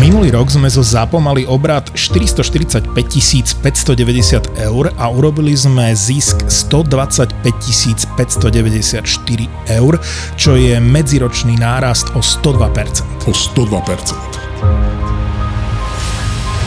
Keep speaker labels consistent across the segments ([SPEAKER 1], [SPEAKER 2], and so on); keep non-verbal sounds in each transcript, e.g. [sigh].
[SPEAKER 1] Minulý rok sme zo ZAPO mali obrad 445 590 eur a urobili sme zisk 125 594 eur, čo je medziročný nárast o 102%.
[SPEAKER 2] O 102%.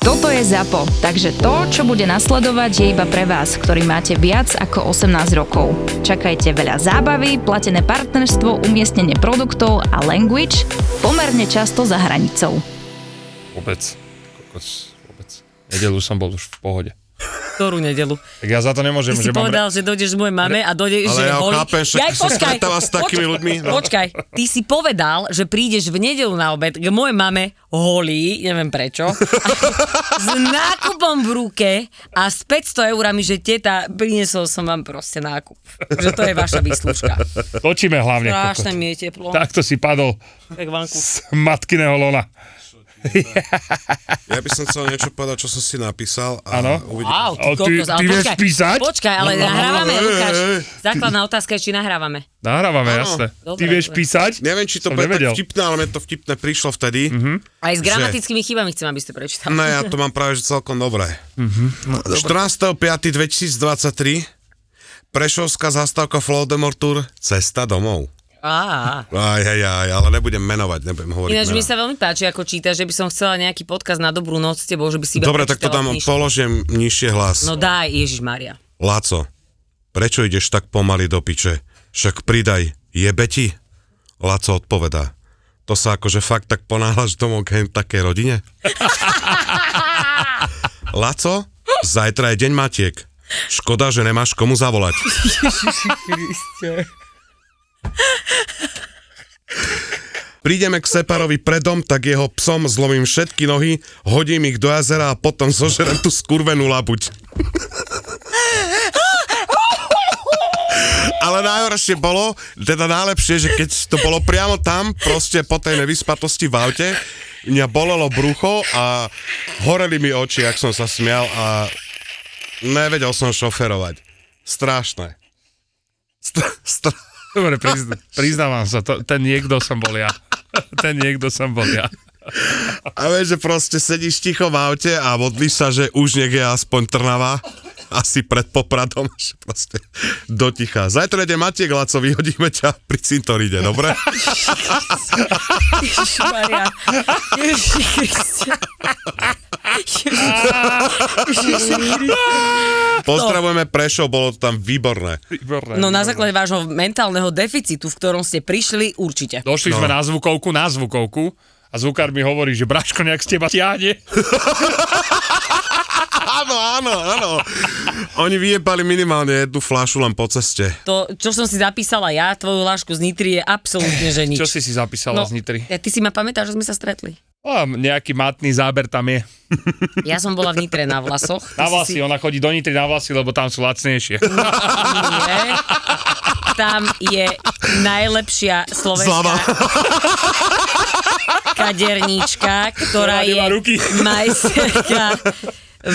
[SPEAKER 3] Toto je ZAPO, takže to, čo bude nasledovať, je iba pre vás, ktorý máte viac ako 18 rokov. Čakajte veľa zábavy, platené partnerstvo, umiestnenie produktov a language pomerne často za hranicou.
[SPEAKER 4] Vôbec. Kokos, vôbec. Nedelu som bol už v pohode.
[SPEAKER 5] ktorú nedelu.
[SPEAKER 4] Tak ja za to nemôžem,
[SPEAKER 5] Ty si
[SPEAKER 4] že mám...
[SPEAKER 5] povedal, že dojdeš k mojej mame a dojdeš,
[SPEAKER 2] Ale
[SPEAKER 5] že
[SPEAKER 2] ja
[SPEAKER 5] hovorí-
[SPEAKER 2] chápem, však
[SPEAKER 5] Jaj,
[SPEAKER 2] ty sa stretáva s takými
[SPEAKER 5] počkaj,
[SPEAKER 2] ľuďmi, no.
[SPEAKER 5] Počkaj, ty si povedal, že prídeš v nedelu na obed k mojej mame holý, neviem prečo, [laughs] a s nákupom v ruke a s 500 eurami, že teta, priniesol som vám proste nákup. Že to je vaša výslužka.
[SPEAKER 4] Točíme hlavne.
[SPEAKER 5] Strašne
[SPEAKER 4] kokot.
[SPEAKER 5] mi je teplo. Tak.
[SPEAKER 4] Takto si padol
[SPEAKER 5] vanku.
[SPEAKER 4] z matkiného lona.
[SPEAKER 2] Ja by som chcel niečo povedať, čo som si napísal. A
[SPEAKER 4] Áno.
[SPEAKER 2] uvidím.
[SPEAKER 5] Wow, ty,
[SPEAKER 4] A ty-
[SPEAKER 5] kokos, ale
[SPEAKER 4] ty vieš
[SPEAKER 5] počkaj,
[SPEAKER 4] písať?
[SPEAKER 5] Počkaj, ale nahrávame,
[SPEAKER 2] no,
[SPEAKER 5] Lukáš.
[SPEAKER 2] ej, ej.
[SPEAKER 5] Základná otázka je, či nahrávame.
[SPEAKER 4] Nahrávame, jasné. Ty
[SPEAKER 5] dobre,
[SPEAKER 4] vieš
[SPEAKER 5] dobre.
[SPEAKER 4] písať?
[SPEAKER 2] Neviem, či to
[SPEAKER 4] Som
[SPEAKER 2] bude
[SPEAKER 4] nevedel. Mhm.
[SPEAKER 2] tak vtipné, ale mne to vtipné prišlo vtedy.
[SPEAKER 5] Aj s gramatickými chybami chcem, aby ste prečítali.
[SPEAKER 2] No ja to mám práve že celkom dobré.
[SPEAKER 4] Mhm. No,
[SPEAKER 2] Mm-hmm. 14.5.2023 Prešovská zastávka Floldemortur Cesta domov.
[SPEAKER 5] Á.
[SPEAKER 2] Aj, aj, aj, ale nebudem menovať, nebudem hovoriť.
[SPEAKER 5] Ináč mi
[SPEAKER 2] mená.
[SPEAKER 5] sa veľmi páči, ako číta, že by som chcela nejaký podkaz na dobrú noc s tebou, že by si iba
[SPEAKER 2] Dobre, tak to
[SPEAKER 5] prečítala
[SPEAKER 2] tam
[SPEAKER 5] knižku.
[SPEAKER 2] položím nižšie hlas.
[SPEAKER 5] No daj, Ježiš [laughs] Maria.
[SPEAKER 2] Láco, prečo ideš tak pomaly do piče? Však pridaj, jebe ti? Láco odpovedá. To sa akože fakt tak ponáhľaš domov k hen takej rodine? Laco, zajtra je deň matiek. Škoda, že nemáš komu zavolať. Prídeme k Separovi predom, tak jeho psom zlomím všetky nohy, hodím ich do jazera a potom zožerem tú skurvenú labuť. Ale najhoršie bolo, teda najlepšie, že keď to bolo priamo tam, proste po tej nevyspatosti v aute, mňa bolelo brucho a horeli mi oči, ak som sa smial a nevedel som šoferovať. Strašné. Stra- stra-
[SPEAKER 4] Dobre, prizn- [laughs] priznávam sa, to, ten niekto som bol ja. [laughs] Ten niekto som bol ja.
[SPEAKER 2] a vieš, že proste sedíš ticho v aute a modlíš sa, že už nech je aspoň Trnava asi pred popradom, [laughs] že proste doticha. Zajtra ide Matiek Laco, vyhodíme ťa pri cintoríne, dobre?
[SPEAKER 5] Ježiš Maria. Ježiš Kriste.
[SPEAKER 2] Pozdravujeme Prešov, bolo to tam výborné.
[SPEAKER 4] Výborné.
[SPEAKER 5] No na základe vášho mentálneho deficitu, v ktorom ste prišli, určite.
[SPEAKER 4] Došli sme na zvukovku, na zvukovku a zvukár mi hovorí, že Braško nejak z teba ťahne.
[SPEAKER 2] Áno, áno, áno. Oni vyjebali minimálne jednu fľašu len po ceste.
[SPEAKER 5] To, čo som si zapísala ja, tvoju lášku z Nitry je absolútne, že nič.
[SPEAKER 4] Čo si si zapísala
[SPEAKER 5] No,
[SPEAKER 4] z Nitry?
[SPEAKER 5] ja, ty si ma pamätáš, že sme sa stretli.
[SPEAKER 4] A nejaký matný záber tam je.
[SPEAKER 5] Ja som bola v Nitre na vlasoch. ty
[SPEAKER 4] Na
[SPEAKER 5] si si-
[SPEAKER 4] vlasy, ona chodí do Nitry na vlasy, lebo tam sú lacnejšie.
[SPEAKER 5] [laughs] Nie. Tam je najlepšia
[SPEAKER 2] Zlava.
[SPEAKER 5] slovenská kaderníčka, ktorá
[SPEAKER 4] Ktorá nemá
[SPEAKER 5] je
[SPEAKER 4] ruky.
[SPEAKER 5] majsterka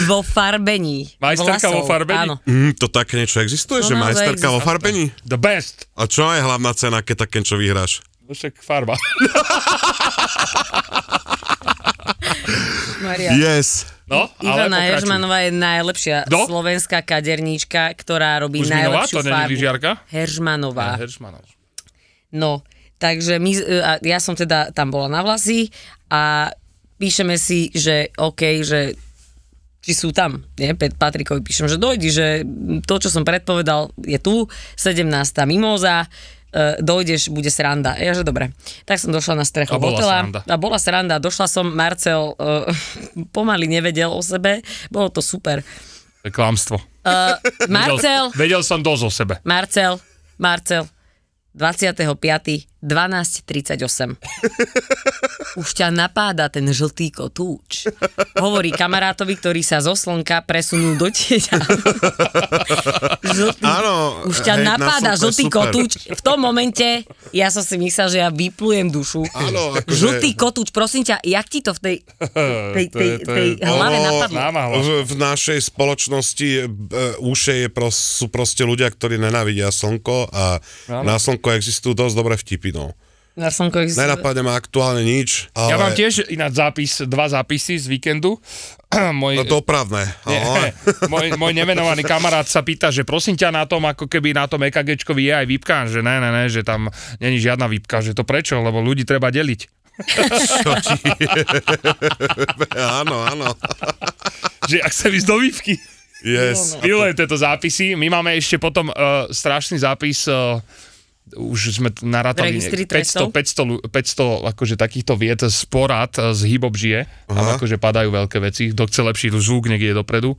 [SPEAKER 5] vo farbení.
[SPEAKER 4] Majsterka vo
[SPEAKER 5] vlasov.
[SPEAKER 4] farbení?
[SPEAKER 5] Áno.
[SPEAKER 2] Mm, to také niečo existuje,
[SPEAKER 5] To
[SPEAKER 2] že
[SPEAKER 5] naozaj
[SPEAKER 2] majsterka vo
[SPEAKER 5] existuje.
[SPEAKER 2] farbení?
[SPEAKER 4] The best.
[SPEAKER 2] A čo je hlavná cena, keď také čo vyhráš?
[SPEAKER 4] No Však farba. [laughs]
[SPEAKER 5] Maria.
[SPEAKER 2] Yes.
[SPEAKER 4] No, ale
[SPEAKER 5] Ivana
[SPEAKER 4] pokračuj.
[SPEAKER 5] Heržmanová je najlepšia
[SPEAKER 4] Kto?
[SPEAKER 5] slovenská kaderníčka, ktorá robí
[SPEAKER 4] Kuzminová?
[SPEAKER 5] najlepšiu
[SPEAKER 4] To není
[SPEAKER 5] farbu.
[SPEAKER 4] lyžiarka?
[SPEAKER 5] Heržmanová.
[SPEAKER 4] Pán Heržmanov.
[SPEAKER 5] No, takže my, a ja som teda tam bola na vlasy a píšeme si, že OK, že či sú tam. Nie? Pet Patrikovi píšem, že dojdi, že to, čo som predpovedal, je tu, 17. mimoza, e, dojdeš, bude sranda. A Ja, že dobre. Tak som došla na
[SPEAKER 4] A
[SPEAKER 5] strechu
[SPEAKER 4] bola
[SPEAKER 5] hotela.
[SPEAKER 4] sranda.
[SPEAKER 5] A bola sranda. Došla som, Marcel e, [laughs] pomaly nevedel o sebe. Bolo to super.
[SPEAKER 4] To je klamstvo.
[SPEAKER 5] E, Marcel,
[SPEAKER 4] Vedel, vedel som dosť o sebe.
[SPEAKER 5] Marcel, Marcel, 25.
[SPEAKER 2] [laughs]
[SPEAKER 5] 12.38. Už ťa napáda ten žltý kotúč. Hovorí kamarátovi, ktorý sa zo slnka presunul do
[SPEAKER 2] [laughs]
[SPEAKER 5] tieňa. žltý,
[SPEAKER 2] Áno,
[SPEAKER 5] už ťa
[SPEAKER 2] hej, na
[SPEAKER 5] napáda
[SPEAKER 2] slnko je
[SPEAKER 5] žltý
[SPEAKER 2] super.
[SPEAKER 5] kotúč. V tom momente ja som si myslel, že ja vyplujem dušu. [laughs]
[SPEAKER 2] Áno, akože-
[SPEAKER 5] žltý kotúč, prosím ťa, jak ti to v tej, tej,
[SPEAKER 4] Eh, To je-
[SPEAKER 5] tej,
[SPEAKER 4] to je-
[SPEAKER 5] tej hlave
[SPEAKER 2] Ono-
[SPEAKER 5] napadlo?
[SPEAKER 4] Známa hlava.
[SPEAKER 2] v, v našej spoločnosti e, uše je pros, sú proste ľudia, ktorí nenávidia slnko a
[SPEAKER 4] Áno.
[SPEAKER 2] na slnko existujú dosť dobré vtipy, no.
[SPEAKER 5] Na slnko existuje-
[SPEAKER 2] Nenapadne ma aktuálne nič, ale...
[SPEAKER 4] Ja mám tiež ináč zápis, dva zápisy z víkendu. [clears throat] Môj,
[SPEAKER 2] No dopravné,
[SPEAKER 4] Nie,
[SPEAKER 5] no.
[SPEAKER 2] ale...
[SPEAKER 4] [laughs] môj, môj nemenovaný kamarát sa pýta, že prosím ťa na tom, ako keby na tom EKG je aj výpka, že ne, ne, ne, že tam není žiadna výpka, že to prečo, lebo ľudí treba deliť.
[SPEAKER 2] Čo ti je? áno, áno.
[SPEAKER 4] Že ak chcem ísť do výpky.
[SPEAKER 2] Yes.
[SPEAKER 4] Milujem tieto zápisy. My máme ešte potom uh, strašný zápis uh, už sme t- narátali
[SPEAKER 5] Registri
[SPEAKER 4] nejak 500,
[SPEAKER 5] trestov?
[SPEAKER 4] 500, lu- 500 akože takýchto vied z porad eh, z hip-hop žije. Tam
[SPEAKER 2] Aha.
[SPEAKER 4] akože padajú veľké veci. Kto chce lepší zvuk, nech je dopredu.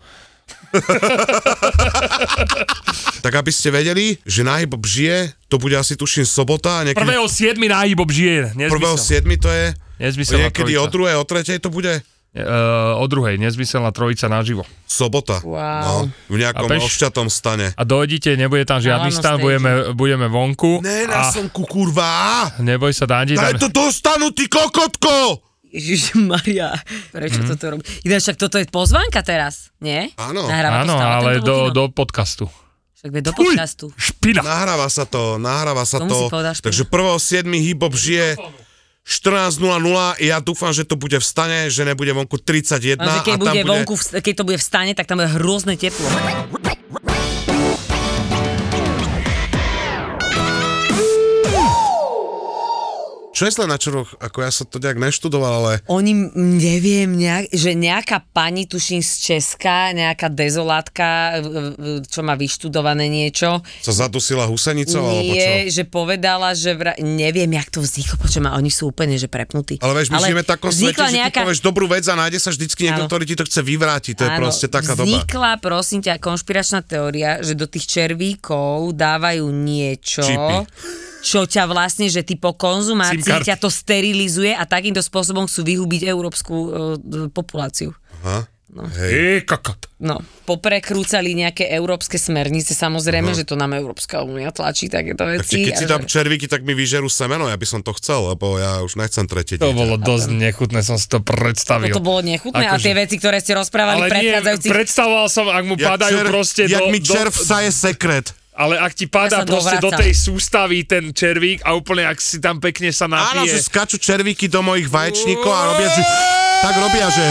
[SPEAKER 2] Tak aby ste vedeli, že na hip žije, to bude asi tuším sobota, niekedy
[SPEAKER 4] 1.7. na hip-hop žije.
[SPEAKER 2] prvého
[SPEAKER 4] Nezmysel.
[SPEAKER 2] 7. to je,
[SPEAKER 4] Nezmyselná
[SPEAKER 2] niekedy
[SPEAKER 4] trojica.
[SPEAKER 2] o druhej, o tretej to bude
[SPEAKER 4] Uh, o druhej, nezmyselná trojica naživo.
[SPEAKER 2] sobota.
[SPEAKER 5] Wow.
[SPEAKER 2] No, v nejakom
[SPEAKER 4] A peš-
[SPEAKER 2] ovšťatom stane.
[SPEAKER 4] A dojdite, nebude tam žiadny
[SPEAKER 5] Áno,
[SPEAKER 4] stan,
[SPEAKER 5] stage.
[SPEAKER 4] budeme, budeme vonku.
[SPEAKER 2] Ne,
[SPEAKER 4] a
[SPEAKER 2] na slnku, kurva!
[SPEAKER 4] neboj sa, Dandi,
[SPEAKER 2] Daj
[SPEAKER 4] tam,
[SPEAKER 2] to dostanú, ty kokotko!
[SPEAKER 5] Ježiš Maria, prečo mm-hmm. toto robí? Ináč však toto je pozvánka teraz, nie?
[SPEAKER 2] Mhm. Áno.
[SPEAKER 5] Nahráva to
[SPEAKER 4] áno,
[SPEAKER 5] stále
[SPEAKER 4] ale
[SPEAKER 5] tento
[SPEAKER 4] do,
[SPEAKER 5] Lutino?
[SPEAKER 4] do podcastu.
[SPEAKER 5] Však vie, do podcastu.
[SPEAKER 4] Uj, špina.
[SPEAKER 2] Nahráva sa to, nahráva sa
[SPEAKER 5] Tomu si
[SPEAKER 2] to.
[SPEAKER 5] povedal špina.
[SPEAKER 2] Takže 1.7. hip-hop žije 14.00, ja dúfam, že to bude v stane, že nebude vonku
[SPEAKER 5] Lenže No, keď,
[SPEAKER 2] 31 No, a tam
[SPEAKER 5] bude
[SPEAKER 2] bude...
[SPEAKER 5] vonku, v, keď to bude v stane, tak tam bude hrozné teplo.
[SPEAKER 2] Čo je zle na čuroch? Ako ja som to nejak neštudoval, ale...
[SPEAKER 5] Oni, m, neviem, nejak, že nejaká pani, tuším z Česka, nejaká dezolátka, v- v- čo má vyštudované niečo,
[SPEAKER 2] Sa zadusila husenicou, alebo čo?
[SPEAKER 5] nie, že povedala, že vra... neviem, jak to vzniklo, počujem, a oni sú úplne, že prepnutí.
[SPEAKER 2] Ale vieš, my žijeme v takom svete,
[SPEAKER 5] vznikla
[SPEAKER 2] že ty povieš dobrú vec a nájde sa vždycky niekto,
[SPEAKER 5] Áno.
[SPEAKER 2] ktorý ti to chce vyvrátiť. To je
[SPEAKER 5] Áno,
[SPEAKER 2] proste taká doba.
[SPEAKER 5] vznikla, prosím ťa, konšpiračná teória, že do tých červíkov dávajú niečo,
[SPEAKER 2] Čipy.
[SPEAKER 5] čo ťa vlastne, že ty po konzumácii
[SPEAKER 4] Simkarty.
[SPEAKER 5] ťa to sterilizuje a takýmto spôsobom chcú vyhubiť európsku e, populáciu.
[SPEAKER 2] Aha. Hej.
[SPEAKER 4] Ej, kokot.
[SPEAKER 5] No, poprekrúcali nejaké európske smernice, samozrejme, že to nám Európska únia tlačí takéto
[SPEAKER 2] Takže
[SPEAKER 5] veci.
[SPEAKER 2] keď si
[SPEAKER 5] a
[SPEAKER 2] dám
[SPEAKER 5] že-
[SPEAKER 2] červíky, tak mi vyžerú semeno, ja by som to chcel, lebo ja už nechcem tretie
[SPEAKER 4] To
[SPEAKER 2] dieťa.
[SPEAKER 4] bolo dosť nechutné, som si to predstavil.
[SPEAKER 5] to bolo nechutné a
[SPEAKER 4] Akože-
[SPEAKER 5] tie veci, ktoré ste
[SPEAKER 4] Ale
[SPEAKER 5] rozprávali v
[SPEAKER 4] nie,
[SPEAKER 5] predchádzajúcich...
[SPEAKER 4] predstavoval som, ak mu padajú
[SPEAKER 2] čer-
[SPEAKER 4] proste
[SPEAKER 2] jak
[SPEAKER 4] do,
[SPEAKER 2] mi červ
[SPEAKER 4] do,
[SPEAKER 2] sa je sekret.
[SPEAKER 4] Ale ak ti padá
[SPEAKER 5] Ja sa
[SPEAKER 4] proste do
[SPEAKER 5] dovracal.
[SPEAKER 4] tej sústavy ten červík a úplne ak si tam pekne sa
[SPEAKER 2] Áno, že
[SPEAKER 4] napije.
[SPEAKER 2] skáču červíky do mojich vaječníkov a robia, že... Tak robia, že...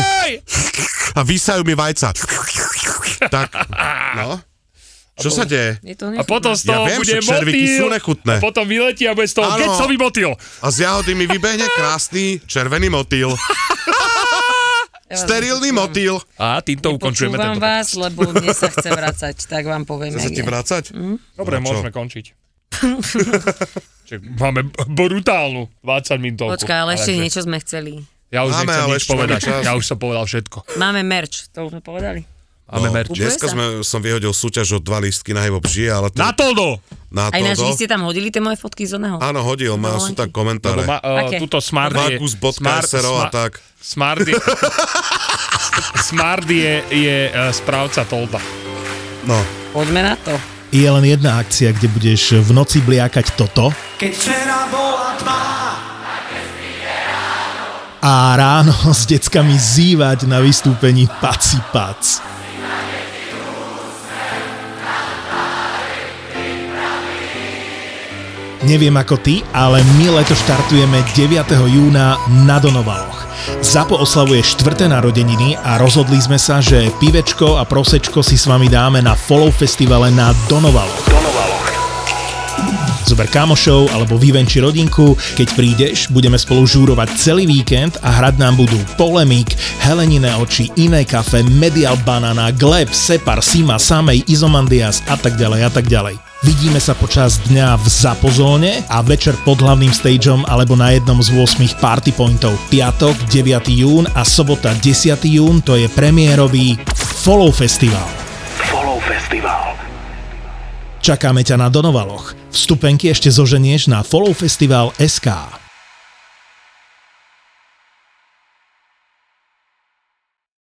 [SPEAKER 2] A vysajú mi vajca. Tak, no. Čo sa deje?
[SPEAKER 5] Je
[SPEAKER 4] A
[SPEAKER 5] to nechutné.
[SPEAKER 4] potom z
[SPEAKER 2] Ja
[SPEAKER 4] toho
[SPEAKER 2] viem,
[SPEAKER 4] bude
[SPEAKER 2] že červíky
[SPEAKER 4] motýl.
[SPEAKER 2] sú nechutné.
[SPEAKER 4] A potom vyletí a bude z toho
[SPEAKER 2] Áno.
[SPEAKER 4] kecový motýl.
[SPEAKER 2] A z jahody mi vybehne krásny červený [laughs] motýl. Sterilný motýl.
[SPEAKER 4] A týmto ukončujeme
[SPEAKER 5] Počúvam
[SPEAKER 4] tento
[SPEAKER 5] vás, lebo mne sa chce vracať, tak vám poviem.
[SPEAKER 2] Chce sa
[SPEAKER 5] jak
[SPEAKER 2] ti
[SPEAKER 5] je.
[SPEAKER 2] vrácať?
[SPEAKER 4] Dobre,
[SPEAKER 2] No čo?
[SPEAKER 4] môžeme končiť. [laughs] Čiže máme b- brutálnu 20 minútovku.
[SPEAKER 5] Počkaj, ale ešte
[SPEAKER 4] že-
[SPEAKER 5] niečo sme chceli.
[SPEAKER 4] Ja už
[SPEAKER 2] Máme,
[SPEAKER 4] nechcem
[SPEAKER 2] ale
[SPEAKER 4] nič
[SPEAKER 2] ešte máme
[SPEAKER 4] povedať.
[SPEAKER 2] čas.
[SPEAKER 4] Ja už som povedal všetko.
[SPEAKER 5] Máme merch, to už sme povedali.
[SPEAKER 2] No.
[SPEAKER 4] Máme merch.
[SPEAKER 5] Úplne
[SPEAKER 2] Dneska
[SPEAKER 5] sa.
[SPEAKER 2] sme, som vyhodil súťaž o dva lístky na Hebo Žije, ale to,
[SPEAKER 4] Na toldo!
[SPEAKER 2] na No,
[SPEAKER 5] Aj náš,
[SPEAKER 2] to,
[SPEAKER 5] vy ste tam hodili tie moje fotky z oného?
[SPEAKER 2] Áno, hodil, má, sú tam
[SPEAKER 4] Lebo
[SPEAKER 2] komentáre.
[SPEAKER 4] ma, uh,
[SPEAKER 5] Aké?
[SPEAKER 4] tuto Smart je...
[SPEAKER 2] Markus.sro a tak.
[SPEAKER 4] Smart je... [laughs] Smart je, je uh, správca tolda.
[SPEAKER 2] No.
[SPEAKER 5] Poďme na to.
[SPEAKER 1] Je len jedna akcia, kde budeš v noci bliakať toto
[SPEAKER 6] Keď včera bola tma,
[SPEAKER 1] a ráno [laughs] s deckami zývať na vystúpení Paci Pac. Neviem ako ty, ale my leto štartujeme 9. júna na Donovaloch. Zapo oslavuje štvrté narodeniny a rozhodli sme sa, že pivečko a prosečko si s vami dáme na Follow festivale na Donovaloch. Zober kamošov alebo vyvenči rodinku. Keď prídeš, budeme spolu žúrovať celý víkend a hrať nám budú Polemik, Heleniné oči, Iné kafe, Medial Banana, Gleb, Separ, Sima, Samej, Izomandias a tak ďalej a tak ďalej. Vidíme sa počas dňa v Zapozóne a večer pod hlavným stageom alebo na jednom z 8 party pointov. Piatok 9. jún a sobota 10. jún to je premiérový Follow Festival.
[SPEAKER 7] Follow Festival.
[SPEAKER 1] Čakáme ťa na Donovaloch. Vstupenky ešte zoženieš na followfestival.sk.